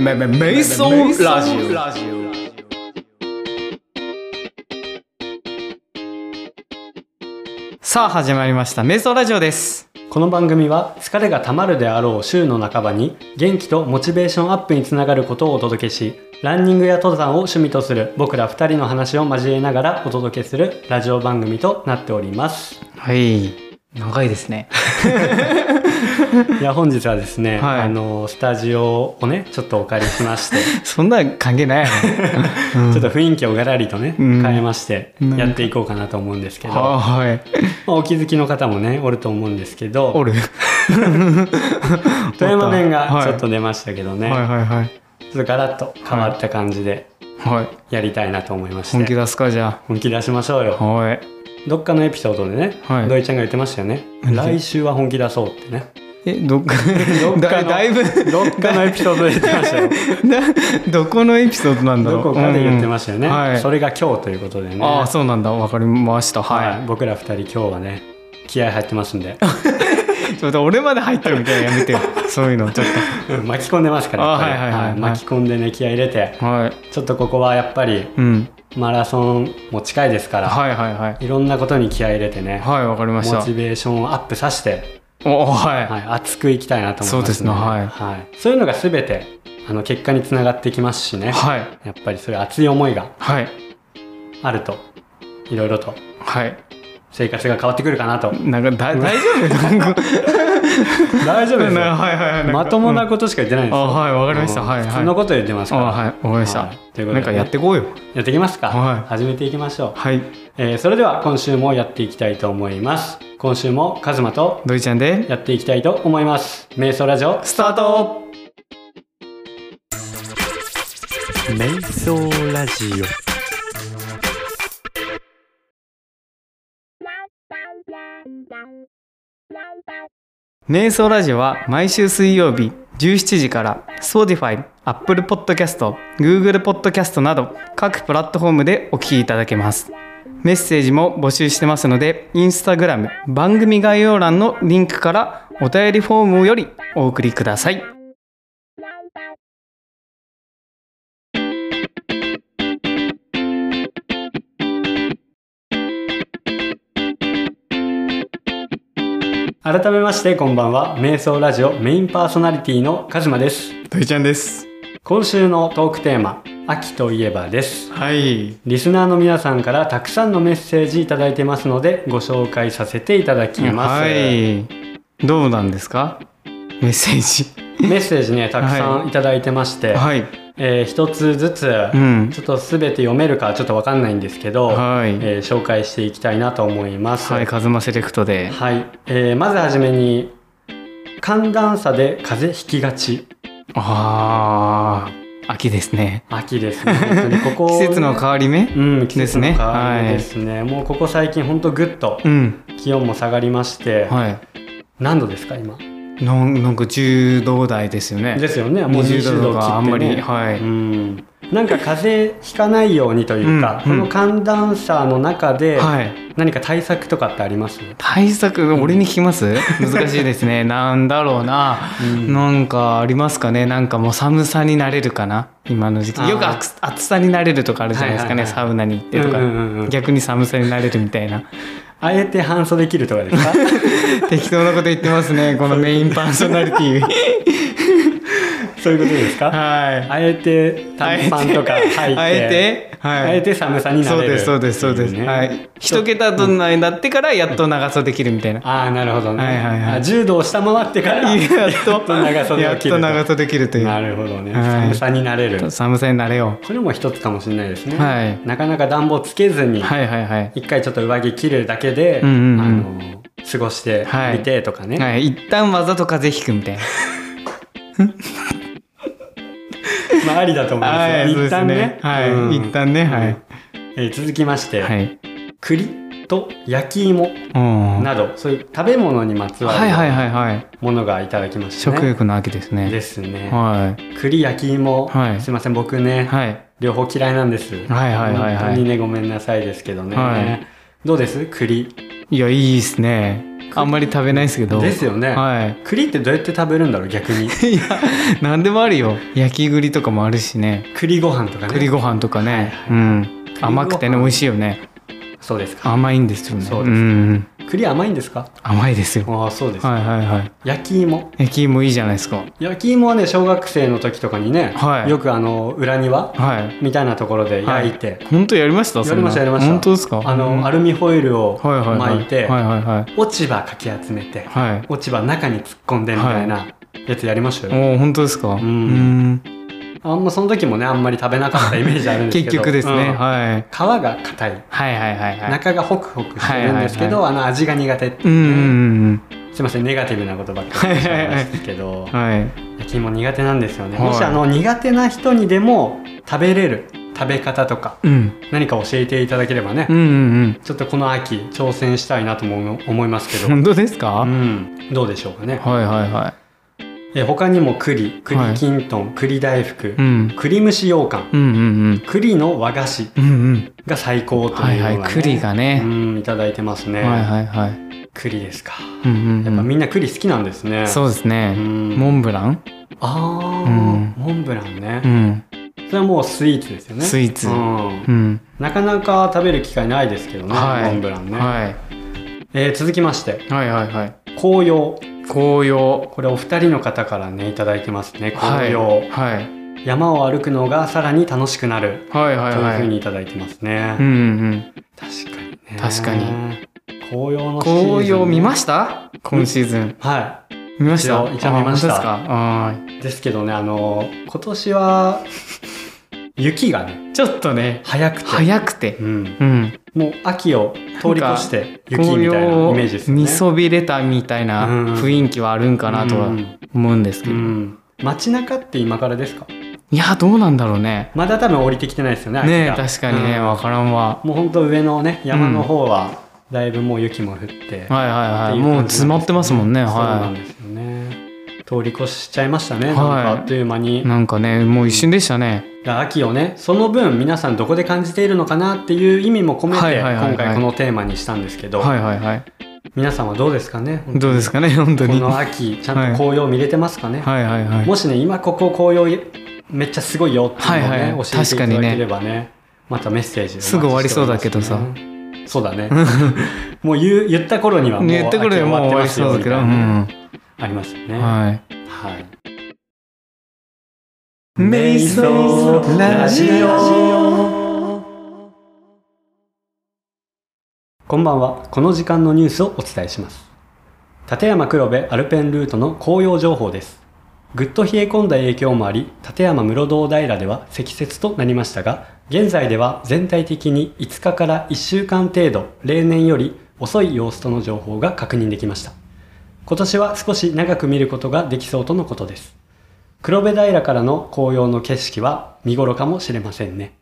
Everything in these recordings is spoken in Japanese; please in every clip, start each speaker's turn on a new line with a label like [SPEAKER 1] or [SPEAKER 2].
[SPEAKER 1] メメメイソンラジオ
[SPEAKER 2] さあ始まりました瞑想ラジオです
[SPEAKER 3] この番組は疲れがたまるであろう週の半ばに元気とモチベーションアップにつながることをお届けしランニングや登山を趣味とする僕ら2人の話を交えながらお届けするラジオ番組となっており ます
[SPEAKER 2] はい長いですね
[SPEAKER 3] いや本日はですね、
[SPEAKER 2] はい
[SPEAKER 3] あのスタジオをねちょっとお借りしまして、
[SPEAKER 2] そんなん関係ないよねうん
[SPEAKER 3] ちょっと雰囲気をがらりとね、
[SPEAKER 2] うん
[SPEAKER 3] 変えまして
[SPEAKER 2] うん
[SPEAKER 3] やっていこうかなと思うんですけど、ま あ、
[SPEAKER 2] はーい
[SPEAKER 3] お気づきの方もねおると思うんですけど
[SPEAKER 2] おる
[SPEAKER 3] 富山弁が
[SPEAKER 2] はい
[SPEAKER 3] ちょっと出ましたけどね、
[SPEAKER 2] はいはいはい
[SPEAKER 3] ちょっとガラッと変わった感じで
[SPEAKER 2] はい
[SPEAKER 3] やりたいなと思いまして、
[SPEAKER 2] 本気出すかじゃ
[SPEAKER 3] 本気出しましょう
[SPEAKER 2] あ
[SPEAKER 3] よ
[SPEAKER 2] はい
[SPEAKER 3] どっかのエピソードでね、
[SPEAKER 2] はい
[SPEAKER 3] 土井ちゃんが言ってましたよね
[SPEAKER 2] 何
[SPEAKER 3] 来週は本気出そうってね
[SPEAKER 2] え どっか
[SPEAKER 3] どっか
[SPEAKER 2] だ
[SPEAKER 3] の
[SPEAKER 2] だいぶ
[SPEAKER 3] どっかのエピソードで言ってましたよ
[SPEAKER 2] だ どこのエピソードなんだろ
[SPEAKER 3] ど
[SPEAKER 2] う
[SPEAKER 3] こかで言ってましたよね、
[SPEAKER 2] うんはい
[SPEAKER 3] それが今日ということでね
[SPEAKER 2] ああそうなんだわかりました
[SPEAKER 3] は、
[SPEAKER 2] はい
[SPEAKER 3] 僕ら二人今日はね気合入ってます んで
[SPEAKER 2] いちょっと俺まで入ってるみたいなのやめてよそういうのちょっ
[SPEAKER 3] うん巻き込んでますからやっぱり
[SPEAKER 2] あはいはいはいはい
[SPEAKER 3] 巻き込んでね気合入れて
[SPEAKER 2] と はい
[SPEAKER 3] ちょっとここはやっぱり
[SPEAKER 2] うん
[SPEAKER 3] マラソンも近いですから、
[SPEAKER 2] はいはいはい
[SPEAKER 3] い、ろんなことに気合入れてね、
[SPEAKER 2] はいわかりました
[SPEAKER 3] モチベーションをアップさせて、
[SPEAKER 2] おはい
[SPEAKER 3] はい、熱くいきたいなと思います
[SPEAKER 2] そうですねはい
[SPEAKER 3] はい、そういうのが全てあの結果につながってきますしね、
[SPEAKER 2] はい
[SPEAKER 3] やっぱりそういう熱い思いが
[SPEAKER 2] はい
[SPEAKER 3] あるといろいろと
[SPEAKER 2] はい
[SPEAKER 3] 生活が変わってくるかなと
[SPEAKER 2] なんかだ大丈夫なんか
[SPEAKER 3] 大丈夫です
[SPEAKER 2] な
[SPEAKER 3] よ
[SPEAKER 2] はいはいはいなんか
[SPEAKER 3] まともなことしか言ってないんです
[SPEAKER 2] あ
[SPEAKER 3] よ、
[SPEAKER 2] はいわかりました
[SPEAKER 3] うん
[SPEAKER 2] はいはい
[SPEAKER 3] 普通のこと言ってます
[SPEAKER 2] あ
[SPEAKER 3] から
[SPEAKER 2] はいわかりました、
[SPEAKER 3] はいということでね
[SPEAKER 2] なんかやってこうよ
[SPEAKER 3] やっていきますか、
[SPEAKER 2] はい
[SPEAKER 3] 始めていきましょ、
[SPEAKER 2] はいう
[SPEAKER 3] えーそれでは今週もやっていきたいと思います今週もカズマと
[SPEAKER 2] ドイちゃんで
[SPEAKER 3] やっていきたいと思います瞑想ラジオ
[SPEAKER 2] スタート
[SPEAKER 3] 瞑想ラジオ
[SPEAKER 2] 瞑想ラジオは毎週水曜日17時から Spotify、Apple Podcast、Google Podcast など各プラットフォームでお聞きいただけます。メッセージも募集してますので、Instagram 番組概要欄のリンクからお便りフォームよりお送りください。
[SPEAKER 3] 改めましてこんばんは瞑想ラジオメインパーソナリティのカズマです
[SPEAKER 2] ドイちゃんです。
[SPEAKER 3] 今週のトークテーマ秋といえばです
[SPEAKER 2] はい。
[SPEAKER 3] リスナーの皆さんからたくさんのメッセージいただいてますのでご紹介させていただきます、
[SPEAKER 2] はい。どうなんですかメッセー
[SPEAKER 3] メッセージねたくさんいただいてまして、
[SPEAKER 2] ジ。はい。
[SPEAKER 3] えー一つずつ、
[SPEAKER 2] うん
[SPEAKER 3] ちょっと全て読めるかちょっとわかんないんですけど、
[SPEAKER 2] はい。
[SPEAKER 3] えー紹介していきたいなと思います
[SPEAKER 2] はい、カズマセレクトで。
[SPEAKER 3] はいえーまずはじめに寒暖差で風邪ひきがち
[SPEAKER 2] ああ、秋ですね。
[SPEAKER 3] 秋ですね本当にここ
[SPEAKER 2] 季節の変わり目
[SPEAKER 3] うん、季節の変わり目
[SPEAKER 2] で
[SPEAKER 3] ですすね、もうここ最近ほんとぐっと
[SPEAKER 2] うん
[SPEAKER 3] 気温も下がりまして、
[SPEAKER 2] は
[SPEAKER 3] 何度ですか今
[SPEAKER 2] いなんなんか10度台ですよね
[SPEAKER 3] ですよねもう
[SPEAKER 2] 20
[SPEAKER 3] 20
[SPEAKER 2] 度
[SPEAKER 3] 度
[SPEAKER 2] と
[SPEAKER 3] を
[SPEAKER 2] かあん
[SPEAKER 3] 切
[SPEAKER 2] ま
[SPEAKER 3] って
[SPEAKER 2] り
[SPEAKER 3] ね
[SPEAKER 2] はい、
[SPEAKER 3] うんなんか風邪ひかないようにというか、
[SPEAKER 2] うんうん
[SPEAKER 3] この寒暖差の中で
[SPEAKER 2] はい
[SPEAKER 3] 何か対策とかってあります、
[SPEAKER 2] 対策俺に聞きます、難しいです ねなんだろうな、なんかありますかねなんかもう寒さになれるかな今の時期
[SPEAKER 3] あー
[SPEAKER 2] よく暑暑さになれるとかあるじゃないですかね、
[SPEAKER 3] はいはい
[SPEAKER 2] サウナに行ってとか、
[SPEAKER 3] うんうんうん
[SPEAKER 2] 逆に寒さになれるみたいな
[SPEAKER 3] あえて半袖切るとかですか
[SPEAKER 2] 適当なこと言ってますねこのメインパーソナリテ ィ
[SPEAKER 3] そういうことですか
[SPEAKER 2] はい
[SPEAKER 3] あえて短パンとか履いて
[SPEAKER 2] あえてはい
[SPEAKER 3] あえて寒さにな
[SPEAKER 2] そう
[SPEAKER 3] れ
[SPEAKER 2] で
[SPEAKER 3] る
[SPEAKER 2] すそうですそうです、
[SPEAKER 3] っていうね
[SPEAKER 2] はい一桁となになってからやっと長袖着るみたいな、
[SPEAKER 3] ああなるほどね、
[SPEAKER 2] はいはいはい
[SPEAKER 3] あ10度を下回ってから
[SPEAKER 2] やっと
[SPEAKER 3] やっと長袖
[SPEAKER 2] や
[SPEAKER 3] を
[SPEAKER 2] っ
[SPEAKER 3] 着
[SPEAKER 2] と
[SPEAKER 3] ると
[SPEAKER 2] 長袖着るという
[SPEAKER 3] なるほどね、
[SPEAKER 2] はい
[SPEAKER 3] 寒さになれる
[SPEAKER 2] 寒さになれよ
[SPEAKER 3] これも一つかもしれないですね、
[SPEAKER 2] はい
[SPEAKER 3] なかなか暖房つけずに、
[SPEAKER 2] うはいはいはい
[SPEAKER 3] 一回ちょっと上着着るだけで、
[SPEAKER 2] うんうんうん
[SPEAKER 3] あの過ごしてみてとかね、
[SPEAKER 2] はい一旦わざと風邪ひくみたいな
[SPEAKER 3] まあありだと思いますよ、
[SPEAKER 2] はいそう
[SPEAKER 3] 一
[SPEAKER 2] です
[SPEAKER 3] 旦ね
[SPEAKER 2] はい、
[SPEAKER 3] うん
[SPEAKER 2] 一旦ねはい、
[SPEAKER 3] えー続きまして、
[SPEAKER 2] はい
[SPEAKER 3] 栗と焼き芋
[SPEAKER 2] うん
[SPEAKER 3] などそういう食べ物にまつわ
[SPEAKER 2] はいはい
[SPEAKER 3] る
[SPEAKER 2] はいはい
[SPEAKER 3] ものがいただきましたね、
[SPEAKER 2] 食欲の秋ですね
[SPEAKER 3] ですね、
[SPEAKER 2] はい
[SPEAKER 3] 栗焼き芋、
[SPEAKER 2] はい
[SPEAKER 3] すいません僕ね、
[SPEAKER 2] はい
[SPEAKER 3] 両方嫌いなんです
[SPEAKER 2] はいはいはいはい
[SPEAKER 3] 本当にねごめんなさいですけどね、
[SPEAKER 2] はい
[SPEAKER 3] どうです栗
[SPEAKER 2] いやいいですねあんまり食べないですけど
[SPEAKER 3] ですよね、
[SPEAKER 2] はい
[SPEAKER 3] 栗ってどうやって食べるんだろう 逆に
[SPEAKER 2] いや何でもあるよ焼き栗とかもあるしね
[SPEAKER 3] 栗ご飯とかね
[SPEAKER 2] 栗ご飯とかね、うん
[SPEAKER 3] 栗ご飯
[SPEAKER 2] 甘くてね美味しいよね
[SPEAKER 3] そうですか
[SPEAKER 2] 甘いんですよね
[SPEAKER 3] そうです
[SPEAKER 2] ん
[SPEAKER 3] 栗甘いんですか
[SPEAKER 2] 甘いですよ
[SPEAKER 3] ああそうです、
[SPEAKER 2] はいはいはい
[SPEAKER 3] 焼き芋
[SPEAKER 2] 焼き芋いいじゃないですか
[SPEAKER 3] 焼き芋はね小学生の時とかにね、
[SPEAKER 2] はい
[SPEAKER 3] よくあの裏庭
[SPEAKER 2] はい
[SPEAKER 3] みたいなところで焼いて、
[SPEAKER 2] 本当やりましたそ
[SPEAKER 3] や
[SPEAKER 2] ん
[SPEAKER 3] り
[SPEAKER 2] な
[SPEAKER 3] ましたやりました
[SPEAKER 2] 本当ですか
[SPEAKER 3] あの、
[SPEAKER 2] うん
[SPEAKER 3] アルミホイルを
[SPEAKER 2] はいはいはい
[SPEAKER 3] 巻いて、
[SPEAKER 2] はいはいはい
[SPEAKER 3] 落ち葉かき集めて、
[SPEAKER 2] はい
[SPEAKER 3] 落ち葉中に突っ込んでみたいなやつやりましたよ、
[SPEAKER 2] おお本当ですかうん
[SPEAKER 3] あんまその時もねあんまり食べなかったイメージあるんですけ
[SPEAKER 2] 結
[SPEAKER 3] ど
[SPEAKER 2] 局ですね、
[SPEAKER 3] うん
[SPEAKER 2] はい
[SPEAKER 3] 皮が硬い
[SPEAKER 2] はいはいはいはい
[SPEAKER 3] 中がホクホクしてるんですけど、あの味が苦手っていううね、
[SPEAKER 2] んうん
[SPEAKER 3] すいませんネガティブなことばっかりしてましたけど
[SPEAKER 2] うんはい
[SPEAKER 3] 焼き芋苦手なんですよね、
[SPEAKER 2] はい
[SPEAKER 3] もしあの苦手な人にでも食べれる食べ方とか
[SPEAKER 2] うん
[SPEAKER 3] 何か教えていただければね、
[SPEAKER 2] うんうん
[SPEAKER 3] ちょっとこの秋挑戦したいなとも思いますけ
[SPEAKER 2] うん
[SPEAKER 3] ど、
[SPEAKER 2] 本当ですか、
[SPEAKER 3] うん、どうでしょうかね、
[SPEAKER 2] はいはいは
[SPEAKER 3] え他にも栗
[SPEAKER 2] は
[SPEAKER 3] 栗
[SPEAKER 2] い
[SPEAKER 3] きんとん栗大福、
[SPEAKER 2] いうん
[SPEAKER 3] 栗蒸し羊羹
[SPEAKER 2] うんうん
[SPEAKER 3] 栗の和菓子
[SPEAKER 2] うんうんうん
[SPEAKER 3] が最高と
[SPEAKER 2] はい
[SPEAKER 3] いうのが、ね
[SPEAKER 2] はい栗がね、
[SPEAKER 3] うんいただいてますね、
[SPEAKER 2] はいはいはい
[SPEAKER 3] 栗ですか
[SPEAKER 2] うんう
[SPEAKER 3] や
[SPEAKER 2] ん
[SPEAKER 3] っぱ
[SPEAKER 2] うん
[SPEAKER 3] みんな栗好きなんですね、
[SPEAKER 2] そうですね、
[SPEAKER 3] うん
[SPEAKER 2] モンブラン
[SPEAKER 3] あ
[SPEAKER 2] う
[SPEAKER 3] あ、
[SPEAKER 2] ん
[SPEAKER 3] モンブランね、
[SPEAKER 2] うん
[SPEAKER 3] それはもうスイーツですよね
[SPEAKER 2] スイーツ
[SPEAKER 3] うん
[SPEAKER 2] うん
[SPEAKER 3] なかなか食べる機会ないですけどね、
[SPEAKER 2] はい
[SPEAKER 3] モンブランね、
[SPEAKER 2] はい
[SPEAKER 3] えー続きまして
[SPEAKER 2] はいはいはい
[SPEAKER 3] 紅葉
[SPEAKER 2] 紅葉
[SPEAKER 3] これお二人の方からねいただいてますね
[SPEAKER 2] は
[SPEAKER 3] 紅
[SPEAKER 2] い
[SPEAKER 3] 葉、
[SPEAKER 2] はい
[SPEAKER 3] 山を歩くのがさらに楽しくなる
[SPEAKER 2] はいは
[SPEAKER 3] と
[SPEAKER 2] い
[SPEAKER 3] いう
[SPEAKER 2] は
[SPEAKER 3] ふう
[SPEAKER 2] い
[SPEAKER 3] にいただいてますね、
[SPEAKER 2] うんうん
[SPEAKER 3] 確かにね
[SPEAKER 2] 確かに
[SPEAKER 3] 紅葉
[SPEAKER 2] う
[SPEAKER 3] の
[SPEAKER 2] ん
[SPEAKER 3] シーズン
[SPEAKER 2] 紅葉見ました今シーズン
[SPEAKER 3] は
[SPEAKER 2] 見ました
[SPEAKER 3] 一応一応見ました
[SPEAKER 2] あ本当ですか
[SPEAKER 3] いですけどねあの今年は雪がね
[SPEAKER 2] うんちょっとね
[SPEAKER 3] 早くて
[SPEAKER 2] 早くて
[SPEAKER 3] うん、
[SPEAKER 2] うん
[SPEAKER 3] もう秋を通り越して雪
[SPEAKER 2] 紅
[SPEAKER 3] みたい
[SPEAKER 2] 葉
[SPEAKER 3] なイ
[SPEAKER 2] を
[SPEAKER 3] メージですよね
[SPEAKER 2] 見そびれたみたいな雰囲気はあるんかなと
[SPEAKER 3] う
[SPEAKER 2] は
[SPEAKER 3] ん
[SPEAKER 2] 思うんですけ
[SPEAKER 3] う
[SPEAKER 2] ど
[SPEAKER 3] ん街中って今からですか
[SPEAKER 2] いやどうなんだろうね
[SPEAKER 3] まだ多分降りてきてないですよね
[SPEAKER 2] ね
[SPEAKER 3] 秋が
[SPEAKER 2] 確かにね
[SPEAKER 3] うん
[SPEAKER 2] わからんわ
[SPEAKER 3] もうほんと上のね山の方はだいぶもう雪も降っ
[SPEAKER 2] は
[SPEAKER 3] て、
[SPEAKER 2] いはい
[SPEAKER 3] って
[SPEAKER 2] はいいう
[SPEAKER 3] 感じ
[SPEAKER 2] も
[SPEAKER 3] な
[SPEAKER 2] うん
[SPEAKER 3] です
[SPEAKER 2] 詰まってますもんね
[SPEAKER 3] そうな
[SPEAKER 2] は
[SPEAKER 3] んですよね通り越しちゃいましたね、
[SPEAKER 2] はい
[SPEAKER 3] なんかあっという間に
[SPEAKER 2] いなんかねもう一瞬でしたね
[SPEAKER 3] 秋をねその分皆さんどこで感じているのかなっていう意味も込めて、
[SPEAKER 2] はいはいはいはい
[SPEAKER 3] 今回このテーマにしたんですけど、
[SPEAKER 2] はいはいはい
[SPEAKER 3] 皆さんはどうですかね
[SPEAKER 2] どうですかね本当
[SPEAKER 3] こ
[SPEAKER 2] に
[SPEAKER 3] の
[SPEAKER 2] はい
[SPEAKER 3] 秋ちゃんと紅葉見れてますかね、
[SPEAKER 2] はいはい
[SPEAKER 3] もしね今ここ紅葉めっちゃすごいよっていうのをね、
[SPEAKER 2] はいはい
[SPEAKER 3] 教えていただけれ
[SPEAKER 2] 確
[SPEAKER 3] ばねまたメッセージをお待ちして
[SPEAKER 2] すぐ終わりそうだけどさ
[SPEAKER 3] おりますねそうだね もう言う言った頃にはもう
[SPEAKER 2] 言ってくれ
[SPEAKER 3] 秋
[SPEAKER 2] もう終わ
[SPEAKER 3] ま
[SPEAKER 2] り
[SPEAKER 3] す
[SPEAKER 2] そ
[SPEAKER 3] よ
[SPEAKER 2] うだけどう
[SPEAKER 3] みたいなね
[SPEAKER 2] ん
[SPEAKER 3] ありますよ
[SPEAKER 2] は
[SPEAKER 3] ね
[SPEAKER 2] い
[SPEAKER 3] はい。
[SPEAKER 2] 瞑想ラジ
[SPEAKER 3] オこんばんは。この時間のニュースをお伝えします。立山黒部アルペンルートの紅葉情報です。ぐっと冷え込んだ影響もあり、立山室堂平では積雪となりましたが、現在では全体的に5日から1週間程度、例年より遅い様子との情報が確認できました。今年は少し長く見ることができそうとのことです。黒部平からの紅葉の景色は見頃かもしれませんね。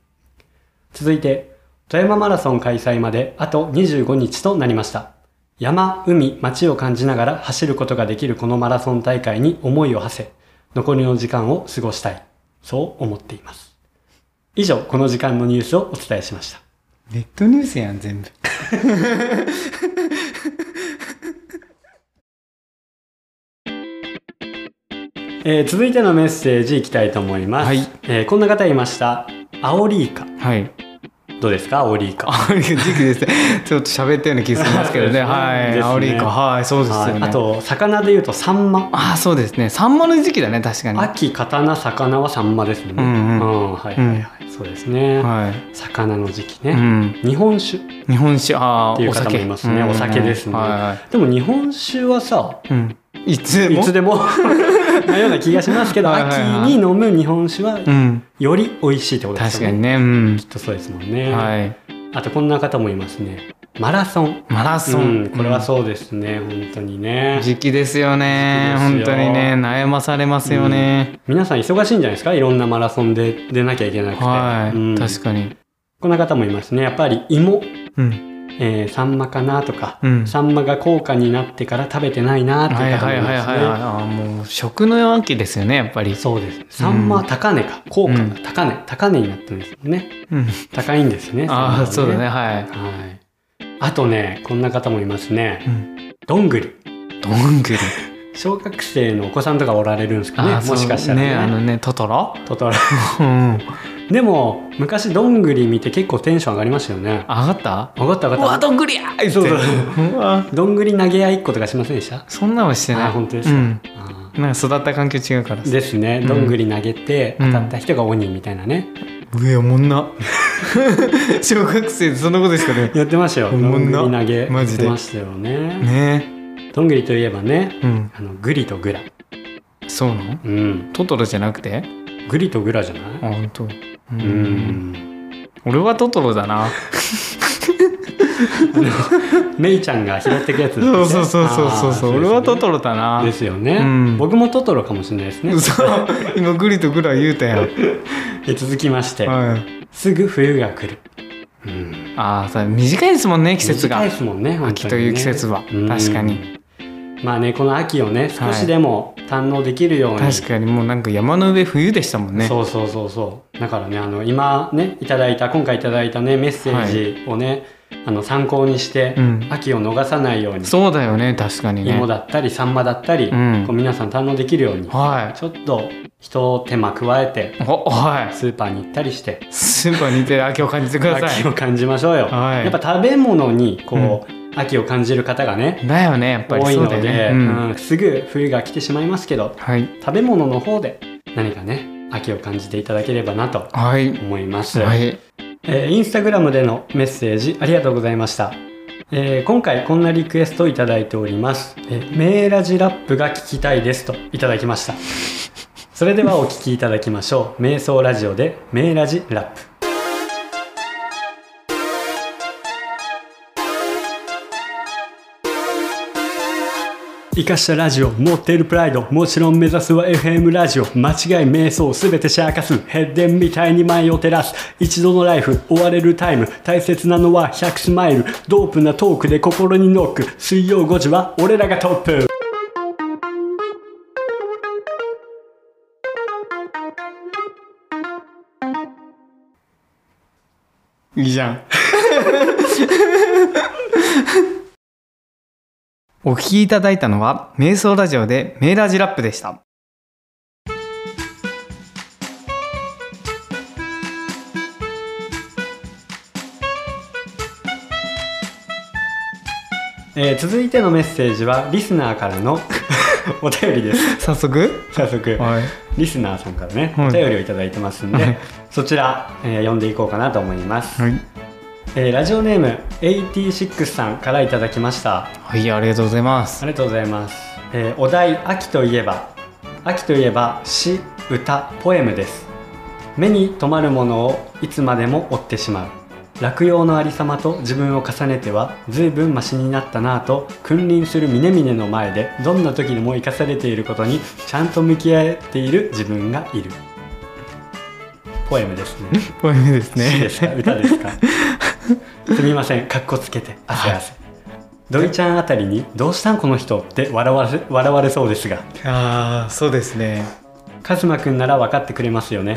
[SPEAKER 3] 続いて、富山マラソン開催まであと25日となりました。山、海、街を感じながら走ることができるこのマラソン大会に思いを馳せ、残りの時間を過ごしたい。そう思っています。以上、この時間のニュースをお伝えしました。
[SPEAKER 2] ネットニュースやん全部
[SPEAKER 3] えー続いてのメッセージいきたいと思います。
[SPEAKER 2] はい
[SPEAKER 3] えーこんな方いました。アオリイカ。
[SPEAKER 2] はい
[SPEAKER 3] どうですかアオリイカ。
[SPEAKER 2] アオリイカ時期ですね。ちょっと喋ったような気がしますけど
[SPEAKER 3] そうで
[SPEAKER 2] ね。
[SPEAKER 3] すね
[SPEAKER 2] はい。アオリイカ、はい、そうですよ
[SPEAKER 3] はい
[SPEAKER 2] ね。
[SPEAKER 3] あ、と魚でいうとサンマ
[SPEAKER 2] あー、そうですね。サンマの時期だね、確かに。
[SPEAKER 3] 秋刀魚はサンマですね
[SPEAKER 2] うんうん
[SPEAKER 3] うんはいはいはいそうですね、
[SPEAKER 2] はい。
[SPEAKER 3] 魚の時期
[SPEAKER 2] う
[SPEAKER 3] ね、
[SPEAKER 2] ん。
[SPEAKER 3] 日本酒
[SPEAKER 2] 日本酒、ああ、
[SPEAKER 3] っていう
[SPEAKER 2] お
[SPEAKER 3] 方
[SPEAKER 2] 酒
[SPEAKER 3] もいますね
[SPEAKER 2] うん
[SPEAKER 3] お酒ですね
[SPEAKER 2] はいは
[SPEAKER 3] でも日本酒はさ
[SPEAKER 2] い。うん。いつ
[SPEAKER 3] い
[SPEAKER 2] も。
[SPEAKER 3] つ でもなような気がしますけど
[SPEAKER 2] はいはいはい
[SPEAKER 3] 秋に飲む日本酒は
[SPEAKER 2] うん。
[SPEAKER 3] より美味しいってことです
[SPEAKER 2] 確
[SPEAKER 3] よ
[SPEAKER 2] か
[SPEAKER 3] ね
[SPEAKER 2] にね。うん
[SPEAKER 3] き。っとそうですもんね、
[SPEAKER 2] はい。
[SPEAKER 3] あとこんな方もいますねマラソン
[SPEAKER 2] マラソ
[SPEAKER 3] う
[SPEAKER 2] ン
[SPEAKER 3] ん。これはそうですね、本当にね
[SPEAKER 2] 時期ですよね。
[SPEAKER 3] 時期で
[SPEAKER 2] 本
[SPEAKER 3] すよ
[SPEAKER 2] 当にね、悩まされますよね。
[SPEAKER 3] 皆さん忙しいんじゃないですかいろんなマラソンで出なきゃいけなくて、
[SPEAKER 2] は
[SPEAKER 3] うん
[SPEAKER 2] い。確かに。
[SPEAKER 3] こんな方もいますねやっぱり芋
[SPEAKER 2] うん。
[SPEAKER 3] えー、サンマかなとか、
[SPEAKER 2] うん
[SPEAKER 3] サンマが高価になってから食べてないなとか
[SPEAKER 2] はいはいはいはいはい。あーもう食の秋ですよね、やっぱり。
[SPEAKER 3] そうですサンマは高値か高価が高値、高値になってるんですよね
[SPEAKER 2] うん。
[SPEAKER 3] 高いんですよね
[SPEAKER 2] ああ、そ
[SPEAKER 3] サン
[SPEAKER 2] う
[SPEAKER 3] マ
[SPEAKER 2] だ
[SPEAKER 3] は
[SPEAKER 2] ね。はい。
[SPEAKER 3] はいあとねこんな方もいますね、
[SPEAKER 2] うん
[SPEAKER 3] どんぐり
[SPEAKER 2] どんぐり。
[SPEAKER 3] 小学生のお子さんとかおられるんですか
[SPEAKER 2] あ
[SPEAKER 3] ね
[SPEAKER 2] ー
[SPEAKER 3] もしかしたら
[SPEAKER 2] そうねあ
[SPEAKER 3] ね
[SPEAKER 2] のねトトロ。
[SPEAKER 3] トトロ
[SPEAKER 2] うん。
[SPEAKER 3] でも昔どんぐり見て結構テンション上がりましたよね
[SPEAKER 2] 上がった？
[SPEAKER 3] 上がった上
[SPEAKER 2] う
[SPEAKER 3] が
[SPEAKER 2] わ
[SPEAKER 3] った
[SPEAKER 2] どんぐりやー。
[SPEAKER 3] そうそう
[SPEAKER 2] うわ。
[SPEAKER 3] どんぐり投げ合いっことかしませんでした
[SPEAKER 2] そんなはしてな
[SPEAKER 3] あ
[SPEAKER 2] い。
[SPEAKER 3] 本当ですか
[SPEAKER 2] うん。
[SPEAKER 3] あ
[SPEAKER 2] なんか育った環境違うから
[SPEAKER 3] ー。ですね
[SPEAKER 2] ん
[SPEAKER 3] どんぐり投げて
[SPEAKER 2] う
[SPEAKER 3] 当
[SPEAKER 2] ん
[SPEAKER 3] たった人が鬼みたいなね、
[SPEAKER 2] うえおもんな。 小学生でそんなことですかね。
[SPEAKER 3] やってましたよど
[SPEAKER 2] おも
[SPEAKER 3] ん
[SPEAKER 2] んな
[SPEAKER 3] ぐり投げ
[SPEAKER 2] マジで
[SPEAKER 3] やってましたよね
[SPEAKER 2] ね
[SPEAKER 3] どんぐりといえばね
[SPEAKER 2] え。うん。
[SPEAKER 3] あのグリとグラ
[SPEAKER 2] そうなの？
[SPEAKER 3] うん
[SPEAKER 2] トトロじゃなくて？
[SPEAKER 3] グリとグラじゃ
[SPEAKER 2] あ
[SPEAKER 3] ない
[SPEAKER 2] 本当。う
[SPEAKER 3] う。ん
[SPEAKER 2] 俺はトトロだな。
[SPEAKER 3] メイちゃんが拾ってくやつです ね
[SPEAKER 2] そうそうそうそうそうそう。
[SPEAKER 3] あー
[SPEAKER 2] 俺はトト
[SPEAKER 3] ロ
[SPEAKER 2] ロだな。
[SPEAKER 3] ですよね、
[SPEAKER 2] うん
[SPEAKER 3] 僕もトトロかもしれないですね
[SPEAKER 2] 嘘。 今グリとグラ言うたやん。
[SPEAKER 3] で続きまして、
[SPEAKER 2] はい。
[SPEAKER 3] すぐ冬が来る、うん、
[SPEAKER 2] ああ、そう短いですもんね季節が
[SPEAKER 3] 短い。ですもんね本当にね
[SPEAKER 2] 秋という季節は
[SPEAKER 3] うん
[SPEAKER 2] 確かに
[SPEAKER 3] まあねこの秋をね少しでも堪能できるように、
[SPEAKER 2] 確かにもうなんか山の上冬でしたもんね。
[SPEAKER 3] そうそうそうそうだからねあの今ねいただいた今回いただいたねメッセージをね、あの参考にして、
[SPEAKER 2] うん
[SPEAKER 3] 秋を逃さないように
[SPEAKER 2] そうだよね確かにね
[SPEAKER 3] 芋。だったりサンマだったり、
[SPEAKER 2] うん
[SPEAKER 3] こう皆さん堪能できるように、
[SPEAKER 2] は
[SPEAKER 3] ちょっと一手間加えて
[SPEAKER 2] い。おは
[SPEAKER 3] スーパーに行ったりして
[SPEAKER 2] い。スーパーにいて秋を感じてくださ
[SPEAKER 3] 秋
[SPEAKER 2] い。
[SPEAKER 3] を感じましょうよ、
[SPEAKER 2] はい
[SPEAKER 3] やっぱ食べ物にこう、秋を感じる方がね
[SPEAKER 2] だよねやっぱり
[SPEAKER 3] 多い
[SPEAKER 2] そう
[SPEAKER 3] の
[SPEAKER 2] だ
[SPEAKER 3] で
[SPEAKER 2] よね。うん
[SPEAKER 3] うんすぐ冬が来てしまいますけど
[SPEAKER 2] はい
[SPEAKER 3] 食べ物の方で何かね秋を感じていただければなと
[SPEAKER 2] はい
[SPEAKER 3] 思います、
[SPEAKER 2] はい。
[SPEAKER 3] えーインスタグラムでのメッセージありがとうございました、えー今回こんなリクエストをいただいております、えーメーラジラップが聞きたいですといただきました それではお聞きいただきましょう瞑想ラジオでメーラジラップ生かしたラジオ持っているプライドもちろん目指すは FM ラジオ間違い瞑想すべてシャーカスヘッデンみたいに前を照らす一度のライフ追われるタイム大切なのは100スマイルドープなトークで心にノック水曜5時は俺らがトップ
[SPEAKER 2] いいじ ゃん。お聞きいただいたのは瞑想ラジオでメーラージラップでした。
[SPEAKER 3] えー続いてのメッセージはリスナーからの お便りです
[SPEAKER 2] 早速
[SPEAKER 3] 早速
[SPEAKER 2] はい
[SPEAKER 3] リスナーさんからね
[SPEAKER 2] はい
[SPEAKER 3] お便りをいただいてますんで、
[SPEAKER 2] はい
[SPEAKER 3] そちら、えー読んでいこうかなと思います、
[SPEAKER 2] はい
[SPEAKER 3] えーラジオネーム86さんからいただきました
[SPEAKER 2] はいありがとうございます
[SPEAKER 3] あ。りがとうございます。えーお題秋といえば秋といえば詩、歌、ポエムです。目に留まるものをいつまでも追ってしまう。落葉のありさまと自分を重ねては随分マシになったなぁと君臨する峰々の前でどんな時にも生かされていることにちゃんと向き合えている自分がいる。ポエムですね。
[SPEAKER 2] これです
[SPEAKER 3] 詩
[SPEAKER 2] ね
[SPEAKER 3] で。すか歌で すかすみませんかっこつけて汗汗、土井ちゃんあたりに「どうしたんこの人」って笑われ笑われそうですが
[SPEAKER 2] ああそうですね。
[SPEAKER 3] カズマくんなら分かってくれま すよね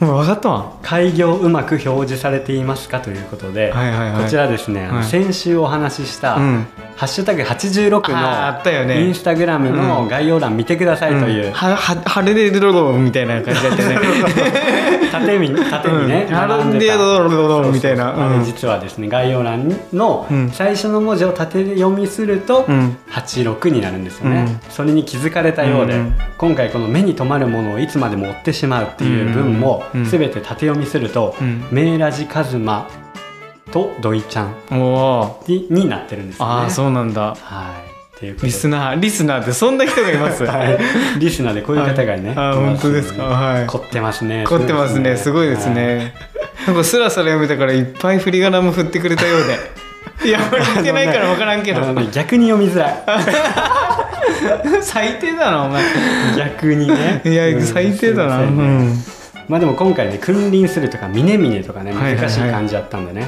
[SPEAKER 2] もう分かったわ。
[SPEAKER 3] 開業うまく表示されていますかということで、
[SPEAKER 2] はいはいはい。
[SPEAKER 3] こちらですね、あの
[SPEAKER 2] はい
[SPEAKER 3] 先週お話しした「
[SPEAKER 2] うん。
[SPEAKER 3] ハッシュタグ #86」
[SPEAKER 2] あーあったよ
[SPEAKER 3] の
[SPEAKER 2] ね
[SPEAKER 3] インスタグラムの概要欄見てくださいという、
[SPEAKER 2] はは晴れるロロみたいな感じだった よね。
[SPEAKER 3] 縦に縦にね、
[SPEAKER 2] うん
[SPEAKER 3] 並んでた
[SPEAKER 2] 並んでドロドロドロみたいな
[SPEAKER 3] そうそうそうあ
[SPEAKER 2] うん
[SPEAKER 3] れ実はですね概要欄の
[SPEAKER 2] うん
[SPEAKER 3] 最初の文字を縦で読みすると、
[SPEAKER 2] うん
[SPEAKER 3] 86になるんですよね、それに気づかれたようで、
[SPEAKER 2] うんうん
[SPEAKER 3] 今回この目に留まるものをいつまでも追ってしまうっていう文も
[SPEAKER 2] うんうん
[SPEAKER 3] 全て縦読みすると「
[SPEAKER 2] うん
[SPEAKER 3] メーラジカズマ」と「ドイちゃん
[SPEAKER 2] おお。
[SPEAKER 3] に」になってるんですよね。
[SPEAKER 2] ああそうなんだ。
[SPEAKER 3] はいっていうことで
[SPEAKER 2] リスナーリスナーってそんな人がい ます。
[SPEAKER 3] はいリスナーでこういう方がね、
[SPEAKER 2] はいあー
[SPEAKER 3] います
[SPEAKER 2] 本当ですかはい
[SPEAKER 3] 凝ってますね
[SPEAKER 2] 凝ってますねすごいです
[SPEAKER 3] は
[SPEAKER 2] ね。なんかスラスラ読めたからいっぱい振り仮名も振ってくれたよう で。いや俺見てないから分からんけど
[SPEAKER 3] あ。のね逆に読みづらい
[SPEAKER 2] 最低だなお前。
[SPEAKER 3] 逆にね
[SPEAKER 2] いや、
[SPEAKER 3] うん
[SPEAKER 2] 最低だな。
[SPEAKER 3] す
[SPEAKER 2] う
[SPEAKER 3] いませんね
[SPEAKER 2] ん。
[SPEAKER 3] まあでも今回ね君臨するとか峰々とかね
[SPEAKER 2] はいはいはい
[SPEAKER 3] 難しい感じだったんでね、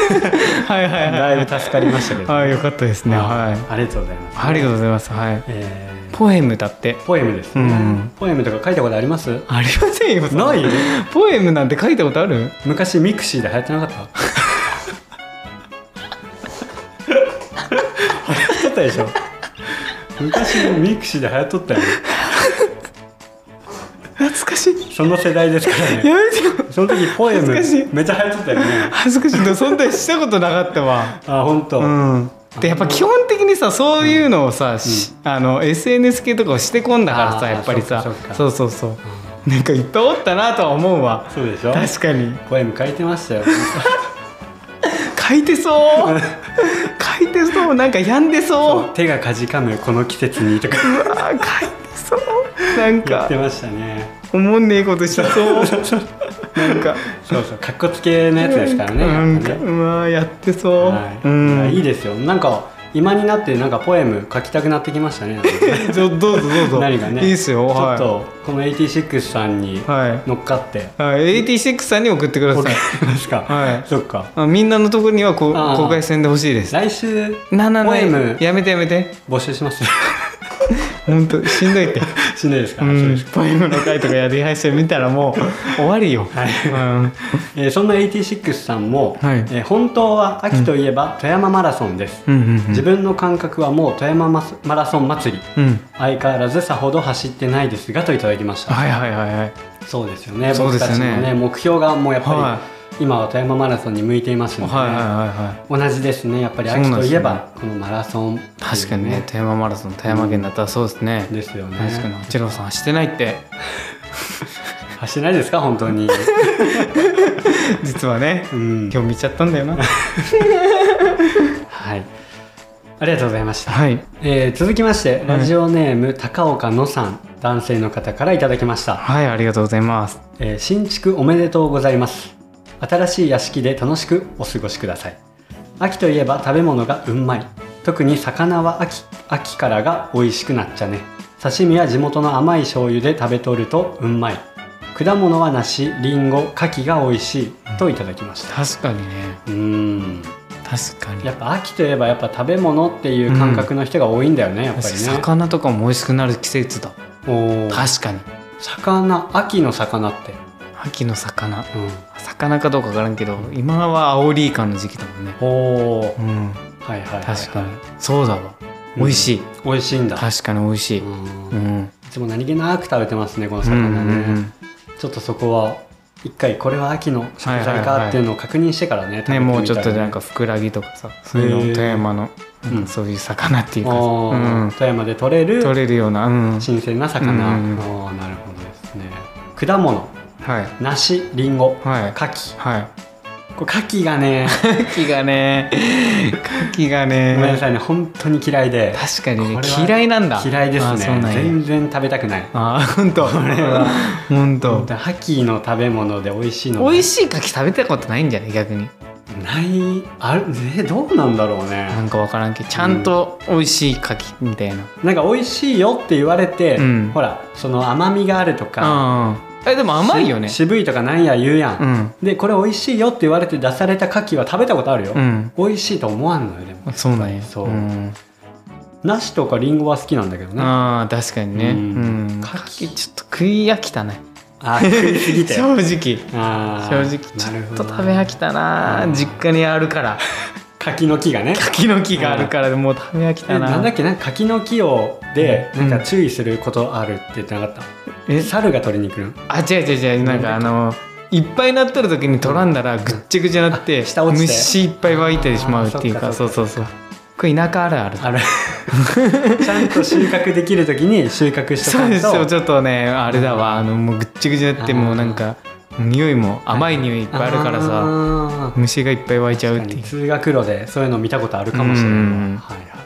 [SPEAKER 2] はいはいはい。
[SPEAKER 3] だいぶ助かりましたけど、
[SPEAKER 2] はい、よかったですね。
[SPEAKER 3] はい
[SPEAKER 2] はい。
[SPEAKER 3] ありがとうございます
[SPEAKER 2] ありがとうございます。はい。
[SPEAKER 3] え
[SPEAKER 2] ポエムだって。
[SPEAKER 3] ーポエムですね、
[SPEAKER 2] うん
[SPEAKER 3] ポエムとか書いたことあります
[SPEAKER 2] ありませんよ。そん
[SPEAKER 3] ない
[SPEAKER 2] ポエムなんて書いたことある
[SPEAKER 3] 昔ミクシーで流行ってなかったったでしょ昔ミクシーで流行っとったよね
[SPEAKER 2] 懐かしい
[SPEAKER 3] その世代ですか
[SPEAKER 2] や
[SPEAKER 3] らね
[SPEAKER 2] めてよ
[SPEAKER 3] その時ポエム
[SPEAKER 2] 恥ずかしい
[SPEAKER 3] めっちゃ流行っとったよね
[SPEAKER 2] 恥ずかしいでもそんなしたことなかったわ
[SPEAKER 3] あ本当、
[SPEAKER 2] うんでやっぱ基本的にさそういうのをさ、しあの SNS 系とかをしてこんだから
[SPEAKER 3] あー
[SPEAKER 2] さやっぱりさ
[SPEAKER 3] そっかそっか
[SPEAKER 2] そうそうそう、なんかいっぱいおったなとは思うわ
[SPEAKER 3] そうでしょ
[SPEAKER 2] 確かに
[SPEAKER 3] ポエム書いて ましたよ
[SPEAKER 2] 書いてそう書いてそうなんか病んでそう
[SPEAKER 3] そう手がかじかむこの季節にとか
[SPEAKER 2] うわー書いてそうなん
[SPEAKER 3] やっ
[SPEAKER 2] か
[SPEAKER 3] てましたね
[SPEAKER 2] おもんねえことし そうなんか
[SPEAKER 3] そうそうかっこつけのやつですからね
[SPEAKER 2] なん
[SPEAKER 3] や
[SPEAKER 2] か
[SPEAKER 3] っぱね
[SPEAKER 2] うわーやってそう、
[SPEAKER 3] はい、
[SPEAKER 2] うん
[SPEAKER 3] いやいいですよなんか今になってなんかポエム書きたくなってきましたね
[SPEAKER 2] ちょどうぞどうぞ
[SPEAKER 3] 何がね
[SPEAKER 2] いいですよ
[SPEAKER 3] ちょ
[SPEAKER 2] は
[SPEAKER 3] っ
[SPEAKER 2] い
[SPEAKER 3] とこの86さんに
[SPEAKER 2] はい
[SPEAKER 3] 乗っかって
[SPEAKER 2] はい、86さんに送ってください
[SPEAKER 3] ますか、
[SPEAKER 2] はい
[SPEAKER 3] そっか
[SPEAKER 2] あみんなのところにはこう
[SPEAKER 3] あー
[SPEAKER 2] 公開戦でほしいです
[SPEAKER 3] 来週
[SPEAKER 2] なな
[SPEAKER 3] ポ
[SPEAKER 2] な
[SPEAKER 3] エム
[SPEAKER 2] やめてやめて
[SPEAKER 3] 募集します
[SPEAKER 2] 本当しんどいって
[SPEAKER 3] しないですか、
[SPEAKER 2] う
[SPEAKER 3] そうんですか
[SPEAKER 2] ポエムの回とかやり配信見たらも う終わりよ、
[SPEAKER 3] はい
[SPEAKER 2] うん、
[SPEAKER 3] えーそんな86さんも、
[SPEAKER 2] はい
[SPEAKER 3] えー本当は秋といえば富山マラソンです、
[SPEAKER 2] うんうん
[SPEAKER 3] 自分の感覚はもう富山マスマラソン祭り
[SPEAKER 2] うんうん
[SPEAKER 3] 相変わらずさほど走ってないですがといただきました、
[SPEAKER 2] はいはいはいはい
[SPEAKER 3] そうですよね
[SPEAKER 2] そう
[SPEAKER 3] 僕
[SPEAKER 2] です
[SPEAKER 3] た
[SPEAKER 2] よね
[SPEAKER 3] ちのね目標がもうやっぱり、
[SPEAKER 2] は
[SPEAKER 3] 今は富山マラソンに向いていますので、
[SPEAKER 2] はいはいはいは
[SPEAKER 3] 同じですねやっぱり秋といえばこのマラソン、
[SPEAKER 2] い確かにね富山マラソン富山県だったらそうですね、
[SPEAKER 3] ですよね
[SPEAKER 2] 確かに八郎さん走ってない って
[SPEAKER 3] 走ってないですか本当 に
[SPEAKER 2] 実はね
[SPEAKER 3] うん
[SPEAKER 2] 今日見ちゃったんだよな
[SPEAKER 3] はいありがとうございました、
[SPEAKER 2] はい
[SPEAKER 3] えー続きまして
[SPEAKER 2] い
[SPEAKER 3] ラジオネーム、高岡のさん男性の方からいただきました
[SPEAKER 2] はいありがとうございます
[SPEAKER 3] えー新築おめでとうございます新しい屋敷で楽しくお過ごしください秋といえば食べ物がうんまい特に魚は秋秋からが美味しくなっちゃね刺身は地元の甘い醤油で食べとるとうんまい果物は梨りんご牡蠣が美味しいといただきました
[SPEAKER 2] 確かにね
[SPEAKER 3] うーん
[SPEAKER 2] 確かに
[SPEAKER 3] やっぱ秋といえばやっぱ食べ物っていう感覚の人が多いんだよね、やっぱりね
[SPEAKER 2] 魚とかも美味しくなる季節だ
[SPEAKER 3] おー
[SPEAKER 2] 確かに
[SPEAKER 3] 魚秋の魚って、
[SPEAKER 2] 秋の魚
[SPEAKER 3] うん、
[SPEAKER 2] 魚かどうかわからんけど今はアオリイカの時期だもんね
[SPEAKER 3] おー
[SPEAKER 2] うん
[SPEAKER 3] はいはいはいはい
[SPEAKER 2] 確かにそうだわ美味しい
[SPEAKER 3] 美味しいんだ
[SPEAKER 2] 確かに美味しい
[SPEAKER 3] うん
[SPEAKER 2] うん
[SPEAKER 3] いつも何気なく食べてますねこの
[SPEAKER 2] うんう
[SPEAKER 3] 魚ね、
[SPEAKER 2] ん
[SPEAKER 3] ちょっとそこは一回これは秋の食材
[SPEAKER 2] はいはいはい
[SPEAKER 3] かっていうのを確認してからね、食べ
[SPEAKER 2] ね
[SPEAKER 3] てみたい
[SPEAKER 2] もうちょっとなんかふくらぎとかさそういうの
[SPEAKER 3] へー
[SPEAKER 2] 富山のなんか
[SPEAKER 3] うん
[SPEAKER 2] そういう魚っていうかさ
[SPEAKER 3] おー
[SPEAKER 2] うん
[SPEAKER 3] 富山で取れ
[SPEAKER 2] 取
[SPEAKER 3] る
[SPEAKER 2] れるようなうん
[SPEAKER 3] 新鮮な魚、
[SPEAKER 2] うんうんう
[SPEAKER 3] おーなるほどですね果物
[SPEAKER 2] はい
[SPEAKER 3] 梨りんご
[SPEAKER 2] はい
[SPEAKER 3] 牡蠣
[SPEAKER 2] はい
[SPEAKER 3] これ牡蠣がね
[SPEAKER 2] 牡蠣がね牡蠣が
[SPEAKER 3] ごめんな
[SPEAKER 2] ね
[SPEAKER 3] さいね本当に嫌いで
[SPEAKER 2] 確かにね
[SPEAKER 3] これは
[SPEAKER 2] 嫌いなんだ
[SPEAKER 3] 嫌いです
[SPEAKER 2] あそう
[SPEAKER 3] ね
[SPEAKER 2] なんや
[SPEAKER 3] 全然食べたくない
[SPEAKER 2] あーほんとこれ
[SPEAKER 3] は
[SPEAKER 2] ほんと
[SPEAKER 3] 本当に牡蠣の食べ物で美味しいの
[SPEAKER 2] 美味しい牡蠣食べたことないんじゃない逆に
[SPEAKER 3] ないあるえどうなんだろうね
[SPEAKER 2] なんかわからんけどちゃんと美味しい牡蠣みたいな
[SPEAKER 3] なんか美味しいよって言われて、
[SPEAKER 2] うん
[SPEAKER 3] ほらその甘みがあるとか、
[SPEAKER 2] うんえでも甘いよね
[SPEAKER 3] し渋いとかなんや言うや、
[SPEAKER 2] うんん
[SPEAKER 3] でこれ美味しいよって言われて出された牡蠣は食べたことあるよ、
[SPEAKER 2] うん
[SPEAKER 3] 美味しいと思わんのよでも
[SPEAKER 2] そうなんや
[SPEAKER 3] そうん梨とかリンゴは好きなんだけどね
[SPEAKER 2] あ
[SPEAKER 3] あ
[SPEAKER 2] あ確かにねう
[SPEAKER 3] うん
[SPEAKER 2] ん
[SPEAKER 3] 牡
[SPEAKER 2] 牡
[SPEAKER 3] 蠣
[SPEAKER 2] �ğ�ちょっと食い飽きたね
[SPEAKER 3] あー食いす ぎて
[SPEAKER 2] 正直
[SPEAKER 3] あ
[SPEAKER 2] 正
[SPEAKER 3] ー
[SPEAKER 2] 直ちょ
[SPEAKER 3] なる
[SPEAKER 2] っ
[SPEAKER 3] ほ
[SPEAKER 2] と
[SPEAKER 3] ど
[SPEAKER 2] 食べ飽きたな
[SPEAKER 3] うん
[SPEAKER 2] 実家にあるから
[SPEAKER 3] 柿の木がね
[SPEAKER 2] 牡蠣の木があるからもう食べ飽き
[SPEAKER 3] え
[SPEAKER 2] た
[SPEAKER 3] なんだ
[SPEAKER 2] な
[SPEAKER 3] っけなんか柿の木をで
[SPEAKER 2] う
[SPEAKER 3] なんんか注意することあるって言ってなかった、
[SPEAKER 2] え
[SPEAKER 3] 猿が取りに来るの
[SPEAKER 2] あ違う違う違うなんかあのいっぱいなっとる時に取らんだらぐっちゃぐちゃになって
[SPEAKER 3] あ下落ちて
[SPEAKER 2] 虫いっぱい湧いてしまうっていう
[SPEAKER 3] あ
[SPEAKER 2] か
[SPEAKER 3] ー
[SPEAKER 2] そ
[SPEAKER 3] そっ
[SPEAKER 2] う
[SPEAKER 3] か
[SPEAKER 2] そうそうこれ田舎あるある
[SPEAKER 3] あれちゃんと収穫できる時に収穫しと
[SPEAKER 2] そ
[SPEAKER 3] か
[SPEAKER 2] うんですよ
[SPEAKER 3] と
[SPEAKER 2] ちょっとねあれだわあのもうぐっちゃぐちゃになって
[SPEAKER 3] あー
[SPEAKER 2] もうなんか匂いも甘い匂いいっぱいあるからさ
[SPEAKER 3] さ
[SPEAKER 2] 虫がいっぱい湧いちゃうっ
[SPEAKER 3] 確
[SPEAKER 2] て
[SPEAKER 3] か
[SPEAKER 2] い
[SPEAKER 3] に
[SPEAKER 2] う
[SPEAKER 3] 通学路でそういうの見たことあるかもしれない
[SPEAKER 2] うんうんうん
[SPEAKER 3] はいはい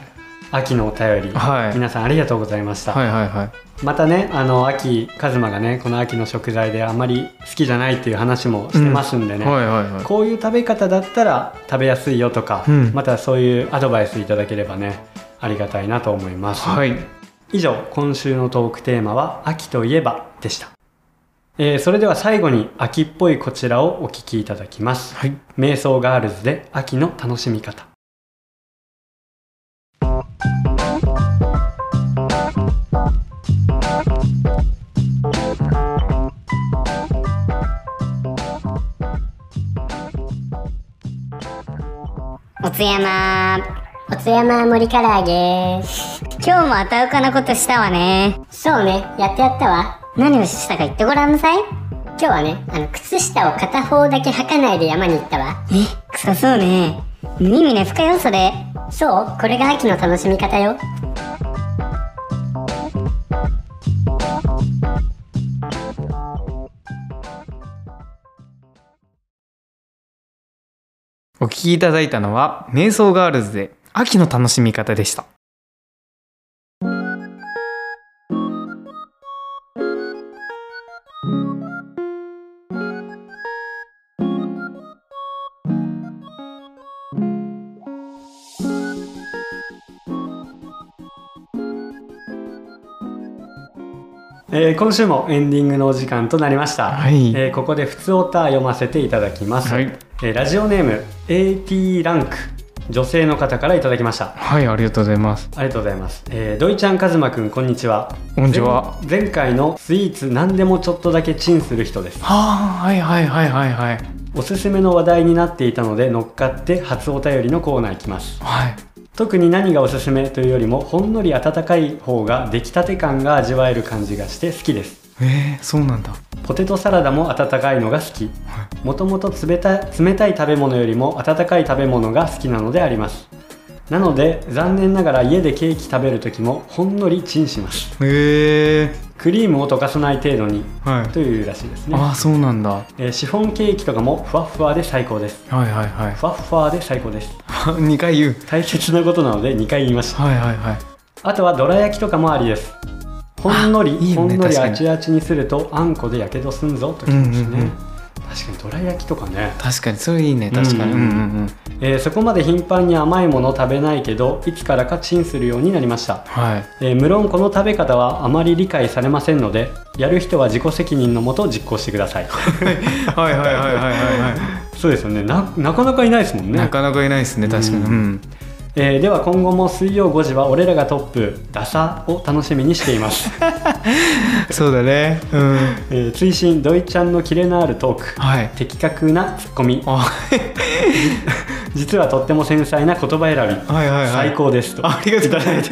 [SPEAKER 3] 秋のお便り、
[SPEAKER 2] はい
[SPEAKER 3] 皆さんありがとうございました、
[SPEAKER 2] はいはいはい
[SPEAKER 3] またねあの秋カズマがねこの秋の食材であんまり好きじゃないっていう話もしてますんでね、
[SPEAKER 2] はいはいはい
[SPEAKER 3] こういう食べ方だったら食べやすいよとか、
[SPEAKER 2] うん
[SPEAKER 3] またそういうアドバイスいただければねありがたいなと思います、
[SPEAKER 2] はい
[SPEAKER 3] 以上今週のトークテーマは「秋といえば」でした、えーそれでは最後に秋っぽいこちらをお聞きいただきます
[SPEAKER 2] はい
[SPEAKER 3] 瞑想ガールズで秋の楽しみ方
[SPEAKER 4] おつやまお松山盛り唐揚げ今日もあたうかなことしたわねそうねやってやったわ何をしたか言ってごらんなさい今日はねあの靴下を片方だけ履かないで山に行ったわえ臭そうね無意味な負荷よそれそうこれが秋の楽しみ方よ
[SPEAKER 2] お聞きいただいたのは「瞑想ガールズ」で「秋の楽しみ方」でした
[SPEAKER 3] えー今週もエンディングのお時間となりました、
[SPEAKER 2] はい
[SPEAKER 3] えーここで普通オタ読ませていただきます、
[SPEAKER 2] はい
[SPEAKER 3] えーラジオネーム AT ランク女性の方からいただきました
[SPEAKER 2] はいありがとうございます
[SPEAKER 3] ありがとうございます、えー、ドイちゃんカズマくんこんにちは
[SPEAKER 2] こんにちは
[SPEAKER 3] 前前回のスイーツ何でもちょっとだけチンする人です
[SPEAKER 2] はあはいはいはいはいはい
[SPEAKER 3] おすすめの話題になっていたので乗っかって初お便りのコーナー行きます
[SPEAKER 2] はい
[SPEAKER 3] 特に何がおすすめというよりもほんのり温かい方が出来たて感が味わえる感じがして好きです
[SPEAKER 2] えー、そうなんだ
[SPEAKER 3] ポテトサラダも温かいのが好き
[SPEAKER 2] は
[SPEAKER 3] もともと冷た冷たい食べ物よりも温かい食べ物が好きなのでありますなので残念ながら家でケーキ食べる時もほんのりチンします
[SPEAKER 2] え
[SPEAKER 3] クリームを溶かさない程度に
[SPEAKER 2] ー、はい
[SPEAKER 3] というらしいですね
[SPEAKER 2] ああそうなんだは
[SPEAKER 3] えーシフォンケーキとかもふわっふわで最高です
[SPEAKER 2] いはいはい
[SPEAKER 3] ふわっふわで最高です
[SPEAKER 2] 2回言う
[SPEAKER 3] 大切なことなので2回言いました
[SPEAKER 2] はいはいはい
[SPEAKER 3] あとはどら焼きとかもありですほんのり
[SPEAKER 2] あいいね
[SPEAKER 3] ほんの
[SPEAKER 2] 確
[SPEAKER 3] り
[SPEAKER 2] かに
[SPEAKER 3] あちあちにするとあんこでやけどすんぞときますね、
[SPEAKER 2] うんうんうん
[SPEAKER 3] 確かにどら焼きとかね、
[SPEAKER 2] 確かにそれいいね確かに
[SPEAKER 3] う
[SPEAKER 2] うんんう
[SPEAKER 3] う
[SPEAKER 2] んん
[SPEAKER 3] う
[SPEAKER 2] うんん
[SPEAKER 3] えーそこまで頻繁に甘いもの食べないけどいつからかチンするようになりました、
[SPEAKER 2] はい
[SPEAKER 3] えー無論この食べ方はあまり理解されませんのでやる人は自己責任のもと実行してくだ さい
[SPEAKER 2] はいはいはいはいはいは
[SPEAKER 3] そうですよねななかなかいないですもん
[SPEAKER 2] い
[SPEAKER 3] ね
[SPEAKER 2] なかなかいないですね確かに
[SPEAKER 3] う
[SPEAKER 2] うんん
[SPEAKER 3] えーでは今後も水曜5時は俺らがトップダサを楽しみにして います、
[SPEAKER 2] そうだねうん
[SPEAKER 3] えー追伸ドイちゃんのキレのあるトーク
[SPEAKER 2] はい
[SPEAKER 3] 的確なツッコミ
[SPEAKER 2] あ
[SPEAKER 3] 実はとっても繊細な言葉選び、
[SPEAKER 2] はいはいはい
[SPEAKER 3] 最高ですと
[SPEAKER 2] ありがとうございます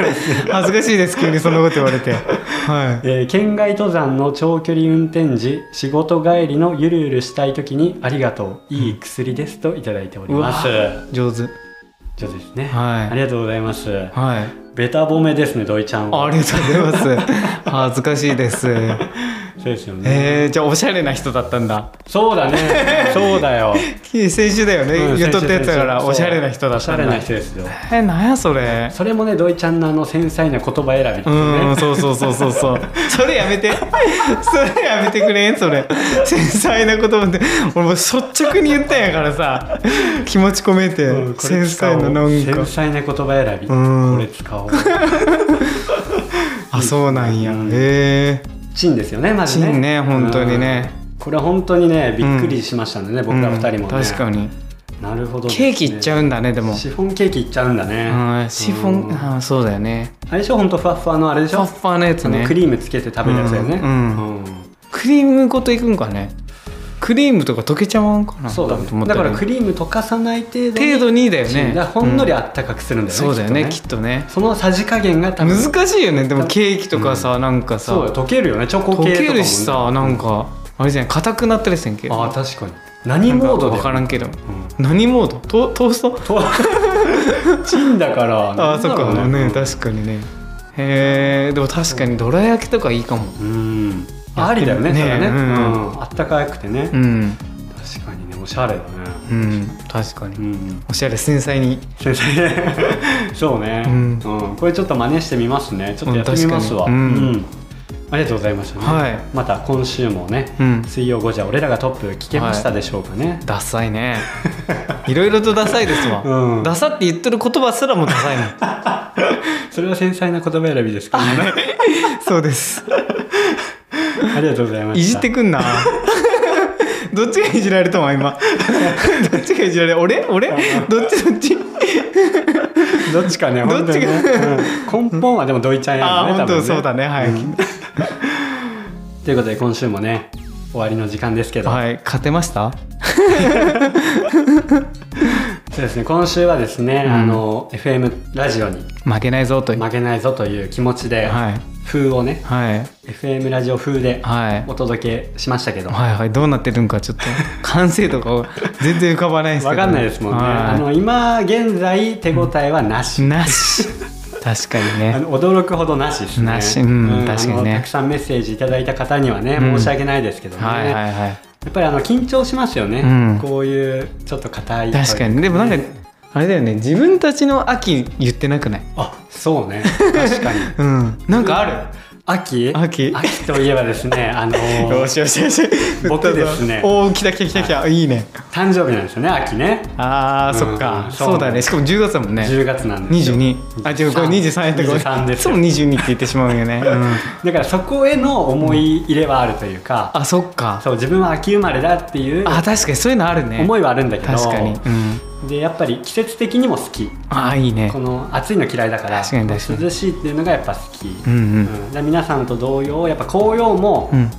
[SPEAKER 2] 恥ずかしいです急にそんなこと言われてはい
[SPEAKER 3] えー県外登山の長距離運転時仕事帰りのゆるゆるしたい時にありがとういい薬ですといただいております
[SPEAKER 2] う上手
[SPEAKER 3] 以上ですね、
[SPEAKER 2] はい
[SPEAKER 3] ありがとうございます
[SPEAKER 2] はい
[SPEAKER 3] ベタ褒めですねドイちゃん
[SPEAKER 2] あ
[SPEAKER 3] は
[SPEAKER 2] りがとうございます 恥ずかしいです
[SPEAKER 3] そうですよね、
[SPEAKER 2] えー、じゃあおしゃれな人だったんだ
[SPEAKER 3] そう だねそうだよ
[SPEAKER 2] 先週だよね、
[SPEAKER 3] うん
[SPEAKER 2] 言っとったやつだから
[SPEAKER 3] そう
[SPEAKER 2] おしゃれな人だっ
[SPEAKER 3] おしゃ
[SPEAKER 2] たん
[SPEAKER 3] れ
[SPEAKER 2] だ
[SPEAKER 3] な人ですよ
[SPEAKER 2] えー、なんやそれ
[SPEAKER 3] それもね土井ちゃんのあの繊細な言葉選びです
[SPEAKER 2] う
[SPEAKER 3] よ
[SPEAKER 2] ー
[SPEAKER 3] ね
[SPEAKER 2] んそうそうそうそうそう それやめてそれやめてくれんそれ繊細なことって俺もう率直に言ったんやからさ気持ち込めて、
[SPEAKER 3] うんこれ
[SPEAKER 2] 繊
[SPEAKER 3] 使お
[SPEAKER 2] 細
[SPEAKER 3] う
[SPEAKER 2] ななん
[SPEAKER 3] 繊
[SPEAKER 2] か
[SPEAKER 3] 細な言葉選び
[SPEAKER 2] うん
[SPEAKER 3] これ使おう
[SPEAKER 2] あそうなんや、
[SPEAKER 3] うん
[SPEAKER 2] へえ
[SPEAKER 3] チンですよねまず
[SPEAKER 2] チ
[SPEAKER 3] ね
[SPEAKER 2] ンね本当にね
[SPEAKER 3] うんこれは本当にねびっくりしましたね、僕ら二人もね、
[SPEAKER 2] うん確かに
[SPEAKER 3] なるほどですね、
[SPEAKER 2] ケーキいっちゃうんだねでも
[SPEAKER 3] シフォンケーキいっちゃうんだね、
[SPEAKER 2] うんシフォン、
[SPEAKER 3] うん
[SPEAKER 2] あーそうだよね
[SPEAKER 3] 相性ほんとふわっふわのあれでし
[SPEAKER 2] ファ
[SPEAKER 3] ょ
[SPEAKER 2] ッファーのやつ
[SPEAKER 3] あの
[SPEAKER 2] ね
[SPEAKER 3] クリームつけて食べるやつだよね、
[SPEAKER 2] うんうクリームごといくんかねクリームとか溶けちゃわんかな
[SPEAKER 3] そうだ
[SPEAKER 2] と思
[SPEAKER 3] ね
[SPEAKER 2] っ
[SPEAKER 3] だ
[SPEAKER 2] た
[SPEAKER 3] から
[SPEAKER 2] ね
[SPEAKER 3] クリーム溶かさない程度に
[SPEAKER 2] 程度にだよ
[SPEAKER 3] チン
[SPEAKER 2] ね
[SPEAKER 3] だからほんのり
[SPEAKER 2] う
[SPEAKER 3] あったかくするんだよね、
[SPEAKER 2] そうだよね
[SPEAKER 3] き
[SPEAKER 2] き
[SPEAKER 3] っ
[SPEAKER 2] っとね
[SPEAKER 3] とそのさじ加減が多分
[SPEAKER 2] 難しいよねでもケーキとかさ、なんか
[SPEAKER 3] そう
[SPEAKER 2] さ
[SPEAKER 3] よ溶けるよねチョコ系とかもね
[SPEAKER 2] 溶けるしさなんかあれじゃない硬くなったりせんけ
[SPEAKER 3] あ
[SPEAKER 2] ど
[SPEAKER 3] あ確かに何モードで
[SPEAKER 2] 分からんけど
[SPEAKER 3] うん
[SPEAKER 2] 何モードトトースト
[SPEAKER 3] と チンだから
[SPEAKER 2] ああそっ
[SPEAKER 3] なんだ
[SPEAKER 2] か
[SPEAKER 3] ろう
[SPEAKER 2] ね確かにねへえでも確かにどら焼きとかいいかも
[SPEAKER 3] うんありだよね
[SPEAKER 2] ね
[SPEAKER 3] それね、う
[SPEAKER 2] うん
[SPEAKER 3] んあったかくてね、
[SPEAKER 2] うん
[SPEAKER 3] 確かにねおしゃれだね
[SPEAKER 2] うん確か
[SPEAKER 3] う
[SPEAKER 2] に
[SPEAKER 3] ん
[SPEAKER 2] おしゃれ繊細に
[SPEAKER 3] 先生 そうね、う
[SPEAKER 2] うんん
[SPEAKER 3] これちょっと真似してみますねちょっとやってみますわ、う
[SPEAKER 2] うんん確かにうん
[SPEAKER 3] ありがとうございました、ね
[SPEAKER 2] はい
[SPEAKER 3] また今週もね、
[SPEAKER 2] うん
[SPEAKER 3] 水曜5時は俺らがトップ聞けましたでしょうかね、
[SPEAKER 2] ダサい ねいろいろとダサいですわ、
[SPEAKER 3] うん
[SPEAKER 2] ダサって言ってる言葉すらもダ サいの
[SPEAKER 3] それは繊細な言葉選びですけどね
[SPEAKER 2] そうです
[SPEAKER 3] ありがとうございました
[SPEAKER 2] いじってくん などっちがいじられたわ今 どっちがいじられ俺俺どっちどっち
[SPEAKER 3] どっちかね
[SPEAKER 2] どっちが
[SPEAKER 3] 本当にねうん根本はでも土井ちゃんや
[SPEAKER 2] ああ
[SPEAKER 3] るね
[SPEAKER 2] 本
[SPEAKER 3] 多分
[SPEAKER 2] 当
[SPEAKER 3] ね
[SPEAKER 2] そうだねはい、
[SPEAKER 3] ということで今週もね終わりの時間ですけど、
[SPEAKER 2] はい勝てました
[SPEAKER 3] そうですね今週はですね、
[SPEAKER 2] うん
[SPEAKER 3] あの FM ラジオに
[SPEAKER 2] 負けないぞという
[SPEAKER 3] 負けないぞという気持ちで、
[SPEAKER 2] はい
[SPEAKER 3] 風をね
[SPEAKER 2] はい
[SPEAKER 3] FM ラジオ風で
[SPEAKER 2] はい
[SPEAKER 3] お届けしましたけど、
[SPEAKER 2] はいはいどうなってるんかちょっ と完成とか全然浮かばないですけど
[SPEAKER 3] わかんないですもんね、
[SPEAKER 2] はい
[SPEAKER 3] あの今現在手応えはなし、
[SPEAKER 2] なし確かに
[SPEAKER 3] あ
[SPEAKER 2] ね
[SPEAKER 3] の驚くほどなしですね
[SPEAKER 2] なしうん
[SPEAKER 3] あの
[SPEAKER 2] 確かにね
[SPEAKER 3] たくさんメッセージいただいた方にはね、
[SPEAKER 2] うん
[SPEAKER 3] 申し訳ないですけどね、
[SPEAKER 2] はいはいはい
[SPEAKER 3] やっぱりあの緊張しますよね、
[SPEAKER 2] うん
[SPEAKER 3] こういうちょっと硬い
[SPEAKER 2] 確かにでもなんかあれだよね自分たちの秋言ってなくない
[SPEAKER 3] あそうね確かに
[SPEAKER 2] うんなんかあ
[SPEAKER 3] 秋
[SPEAKER 2] 秋
[SPEAKER 3] 秋といえばですねあの
[SPEAKER 2] る よしよしよし
[SPEAKER 3] 僕ですね
[SPEAKER 2] おお来た来た来た来たいいね
[SPEAKER 3] 誕生日なんですよね秋ね
[SPEAKER 2] あーそっ
[SPEAKER 3] う
[SPEAKER 2] か
[SPEAKER 3] ん
[SPEAKER 2] そうだねしかも10月だもんね
[SPEAKER 3] 10月なんですよ
[SPEAKER 2] 22あ違うこれ23やったごめん
[SPEAKER 3] 23ですよ
[SPEAKER 2] いつも22って言ってしまうよね、うん
[SPEAKER 3] だからそこへの思い入れはあるというか、
[SPEAKER 2] あそっか
[SPEAKER 3] そう自分は秋生まれだっていう
[SPEAKER 2] あ確かにそういうのあるね
[SPEAKER 3] 思いはあるんだけど、
[SPEAKER 2] 確かに、うん、
[SPEAKER 3] でやっぱり季節的にも好き
[SPEAKER 2] ああいいね
[SPEAKER 3] この暑いの嫌いだから
[SPEAKER 2] 確かに確かに
[SPEAKER 3] 涼しいっていうのがやっぱ好き、
[SPEAKER 2] うんうん、
[SPEAKER 3] うんで皆さんと同様やっぱ紅葉も
[SPEAKER 2] うん、
[SPEAKER 3] 好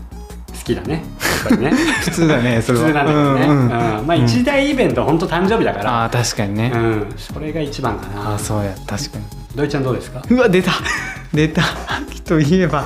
[SPEAKER 3] きだね、やっぱりね
[SPEAKER 2] 普通だねそ
[SPEAKER 3] 普
[SPEAKER 2] れは
[SPEAKER 3] 通なんだけどね、
[SPEAKER 2] うんうん
[SPEAKER 3] うんまあ一大イベント本当誕生日だから、
[SPEAKER 2] あー確かにね、
[SPEAKER 3] うん、それが一番か
[SPEAKER 2] あ
[SPEAKER 3] な
[SPEAKER 2] あそうや確かに
[SPEAKER 3] 土井ちゃんどうですか
[SPEAKER 2] うわ出た出た秋といえば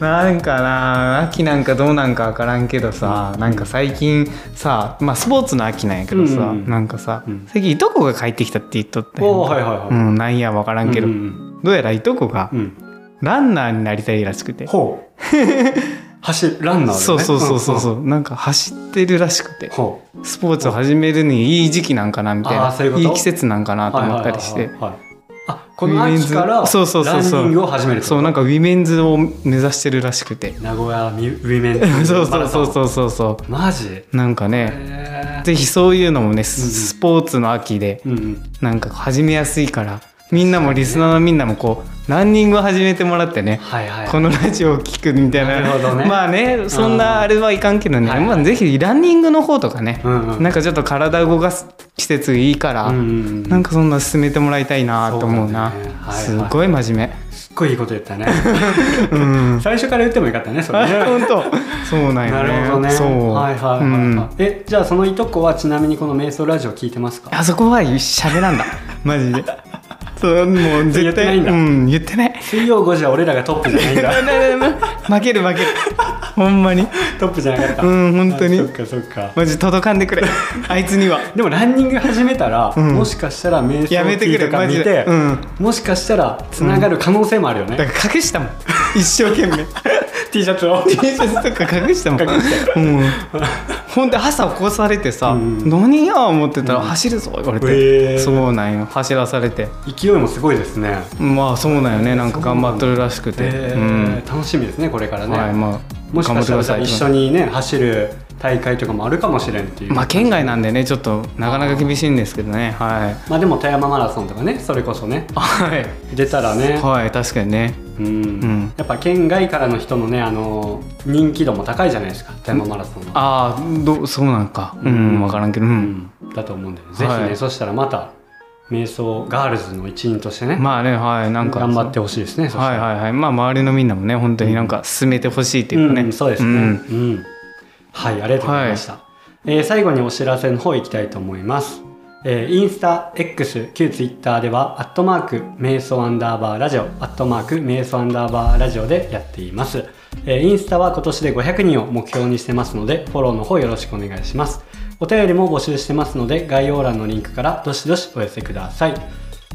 [SPEAKER 2] なんかな秋なんかどうなんかわからんけどさ、なんか最近さまあスポーツの秋なんやけどさ、
[SPEAKER 3] うん
[SPEAKER 2] なんかさ、
[SPEAKER 3] うん
[SPEAKER 2] 最近いとこが帰ってきたって言っとった
[SPEAKER 3] おお
[SPEAKER 2] よ
[SPEAKER 3] はいはいはい、
[SPEAKER 2] うんなんやわからんけど、
[SPEAKER 3] うんうん
[SPEAKER 2] どうやらいとこが
[SPEAKER 3] うんうん
[SPEAKER 2] ランナーになりたいらしくて、
[SPEAKER 3] ほう 走るランナーだね
[SPEAKER 2] そうそうそうそうそ
[SPEAKER 3] ん
[SPEAKER 2] う、なんか走ってるらしくて
[SPEAKER 3] んほう
[SPEAKER 2] スポーツを始めるにいい時期なんかなみたい
[SPEAKER 3] あ
[SPEAKER 2] な
[SPEAKER 3] ーそういうこと
[SPEAKER 2] 季節なんかなと思ったりして、
[SPEAKER 3] はいはいはいはいあこの秋から
[SPEAKER 2] ウィメンズそうそうそうそう
[SPEAKER 3] ランニングを始める
[SPEAKER 2] そうなんかウィメンズを目指してるらしく て
[SPEAKER 3] 名古屋ミウィメ ンズ
[SPEAKER 2] そうそうそう
[SPEAKER 3] う
[SPEAKER 2] そうそうそ
[SPEAKER 3] マジ
[SPEAKER 2] うなんかね
[SPEAKER 3] へ
[SPEAKER 2] ぜひそういうのもねス,、
[SPEAKER 3] うん
[SPEAKER 2] スポーツの秋で
[SPEAKER 3] ーうんうん
[SPEAKER 2] なんか始めやすいからみんなもリスナーのみんなもこうランニングを始めてもらってね
[SPEAKER 3] はいはい
[SPEAKER 2] このラジオを聞くみたいな
[SPEAKER 3] なるほどね
[SPEAKER 2] まあねそんなあれはいかんけどね、
[SPEAKER 3] はい
[SPEAKER 2] まあ、ぜひランニングの方とかね、
[SPEAKER 3] うんうん
[SPEAKER 2] なんかちょっと体動かす季節いいから、
[SPEAKER 3] うんうんうん
[SPEAKER 2] なんかそんな進めてもらいたいなと思うな
[SPEAKER 3] そうだねはいはい
[SPEAKER 2] すごい真面
[SPEAKER 3] すっごいいいこと言ったね
[SPEAKER 2] 目、 うん
[SPEAKER 3] 最初から言ってもよかったねそれね
[SPEAKER 2] あ 本 当そうなん
[SPEAKER 3] な
[SPEAKER 2] よね
[SPEAKER 3] るほどね
[SPEAKER 2] そう、
[SPEAKER 3] はいはいはい、はい
[SPEAKER 2] うん
[SPEAKER 3] えじゃあそのいとこはちなみにこの瞑想ラジオ聞いてますか
[SPEAKER 2] あそこは喋らんだマジでそうもう
[SPEAKER 3] 言
[SPEAKER 2] 絶
[SPEAKER 3] ってな
[SPEAKER 2] 対
[SPEAKER 3] いんだ
[SPEAKER 2] うん言ってない
[SPEAKER 3] 水曜5時は俺らがトップじゃない んだ
[SPEAKER 2] 負ける負けるほんまに
[SPEAKER 3] トップじゃなかった
[SPEAKER 2] うん本当に
[SPEAKER 3] あそっかそっか
[SPEAKER 2] マジ届かんでくれあいつには
[SPEAKER 3] でもランニング始めたら、
[SPEAKER 2] ん
[SPEAKER 3] もしかしたら瞑想
[SPEAKER 2] やめて
[SPEAKER 3] キ
[SPEAKER 2] く
[SPEAKER 3] ー
[SPEAKER 2] れ
[SPEAKER 3] とか見
[SPEAKER 2] マジ
[SPEAKER 3] て
[SPEAKER 2] でうん
[SPEAKER 3] もしかしたらつながる可能性もあるよね、
[SPEAKER 2] だから隠したもん一生懸命
[SPEAKER 3] T シャツを
[SPEAKER 2] T シャツとか隠したもんうんほんで朝起こされてさ「
[SPEAKER 3] うん
[SPEAKER 2] 何や?」思ってたら「走るぞ」言われて、
[SPEAKER 3] へー
[SPEAKER 2] そうなんよ走らされて
[SPEAKER 3] 勢いもすごいですね、
[SPEAKER 2] まあそうなんよねなんか頑張っとるらしくて、
[SPEAKER 3] え
[SPEAKER 2] う
[SPEAKER 3] ー
[SPEAKER 2] ん
[SPEAKER 3] 楽しみですねこれからね、
[SPEAKER 2] はいまあ
[SPEAKER 3] もしかしたらじゃあ一緒
[SPEAKER 2] に
[SPEAKER 3] にね走る大会とかもあるかもしれんっていう
[SPEAKER 2] まあ県外なんでねちょっとなかなか厳しいんですけどねはい
[SPEAKER 3] まあでも富山マラソンとかねそれこそね
[SPEAKER 2] はい
[SPEAKER 3] 出たらね、
[SPEAKER 2] はい確かにね
[SPEAKER 3] うん
[SPEAKER 2] ん
[SPEAKER 3] やっぱ県外からの人のねあの人気度も高いじゃないですか富山マラソンは、
[SPEAKER 2] ああどうそうなんかうん、
[SPEAKER 3] うん
[SPEAKER 2] 分からんけど、う、
[SPEAKER 3] うんん、だと思うんだよね、ぜひ
[SPEAKER 2] は
[SPEAKER 3] ね
[SPEAKER 2] い
[SPEAKER 3] そしたらまた瞑想ガールズの一員としてね、
[SPEAKER 2] まあねはいなんか
[SPEAKER 3] 頑張ってほしいですねそした
[SPEAKER 2] は
[SPEAKER 3] ら
[SPEAKER 2] いはいはいまあ周りのみんなもね本当になんか進めてほしいっていうかね、
[SPEAKER 3] うん、そうですね、うん
[SPEAKER 2] ん
[SPEAKER 3] はいありがとうございました、えー最後にお知らせの方いきたいと思います、えーインスタ X 旧 Twitter では「アットマーク瞑想アンダーバーラジオ」「アットマーク瞑想アンダーバーラジオ」でやっています、えーインスタは今年で500人を目標にしてますのでフォローの方よろしくお願いしますお便りも募集してますので概要欄のリンクからどしどしお寄せください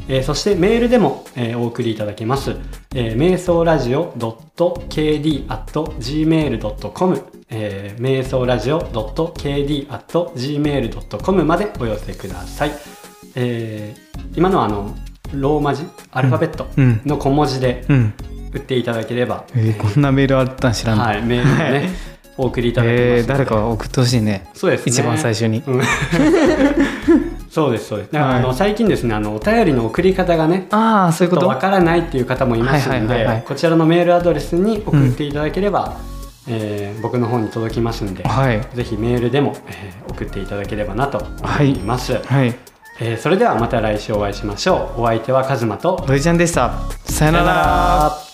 [SPEAKER 3] えーそしてメールでも、えーお送りいただけます。えー、瞑想ラジオ .kd.gmail.com、えー、瞑想ラジオ .kd.gmail.com までお寄せください。えー今のはあの、ローマ字、アルファベット
[SPEAKER 2] うん
[SPEAKER 3] の小文字で
[SPEAKER 2] うん
[SPEAKER 3] 打っていただければ、
[SPEAKER 2] えーこんなメールあったん知らんの、
[SPEAKER 3] はい、メールをね、お送りいただけますので。
[SPEAKER 2] えー誰か送ってほしいね
[SPEAKER 3] そうですね
[SPEAKER 2] 一番最初に、
[SPEAKER 3] うん そうです、そうです。だからあの、
[SPEAKER 2] はい
[SPEAKER 3] 最近ですね、あの、お便りの送り方がね、
[SPEAKER 2] ああそうい
[SPEAKER 3] ち
[SPEAKER 2] う
[SPEAKER 3] ょ
[SPEAKER 2] こ
[SPEAKER 3] っと
[SPEAKER 2] と
[SPEAKER 3] わからないっていう方もいますの
[SPEAKER 2] はいはいはいは
[SPEAKER 3] で
[SPEAKER 2] い
[SPEAKER 3] こちらのメールアドレスに送っていただければ、えー僕の方に届きますんで、
[SPEAKER 2] はい
[SPEAKER 3] ぜひメールでも、えー送っていただければなと思います、
[SPEAKER 2] はい
[SPEAKER 3] えーそれではまた来週お会いしましょうお相手はカズマと
[SPEAKER 2] 土井ちゃんでしたさよなら
[SPEAKER 3] さよなら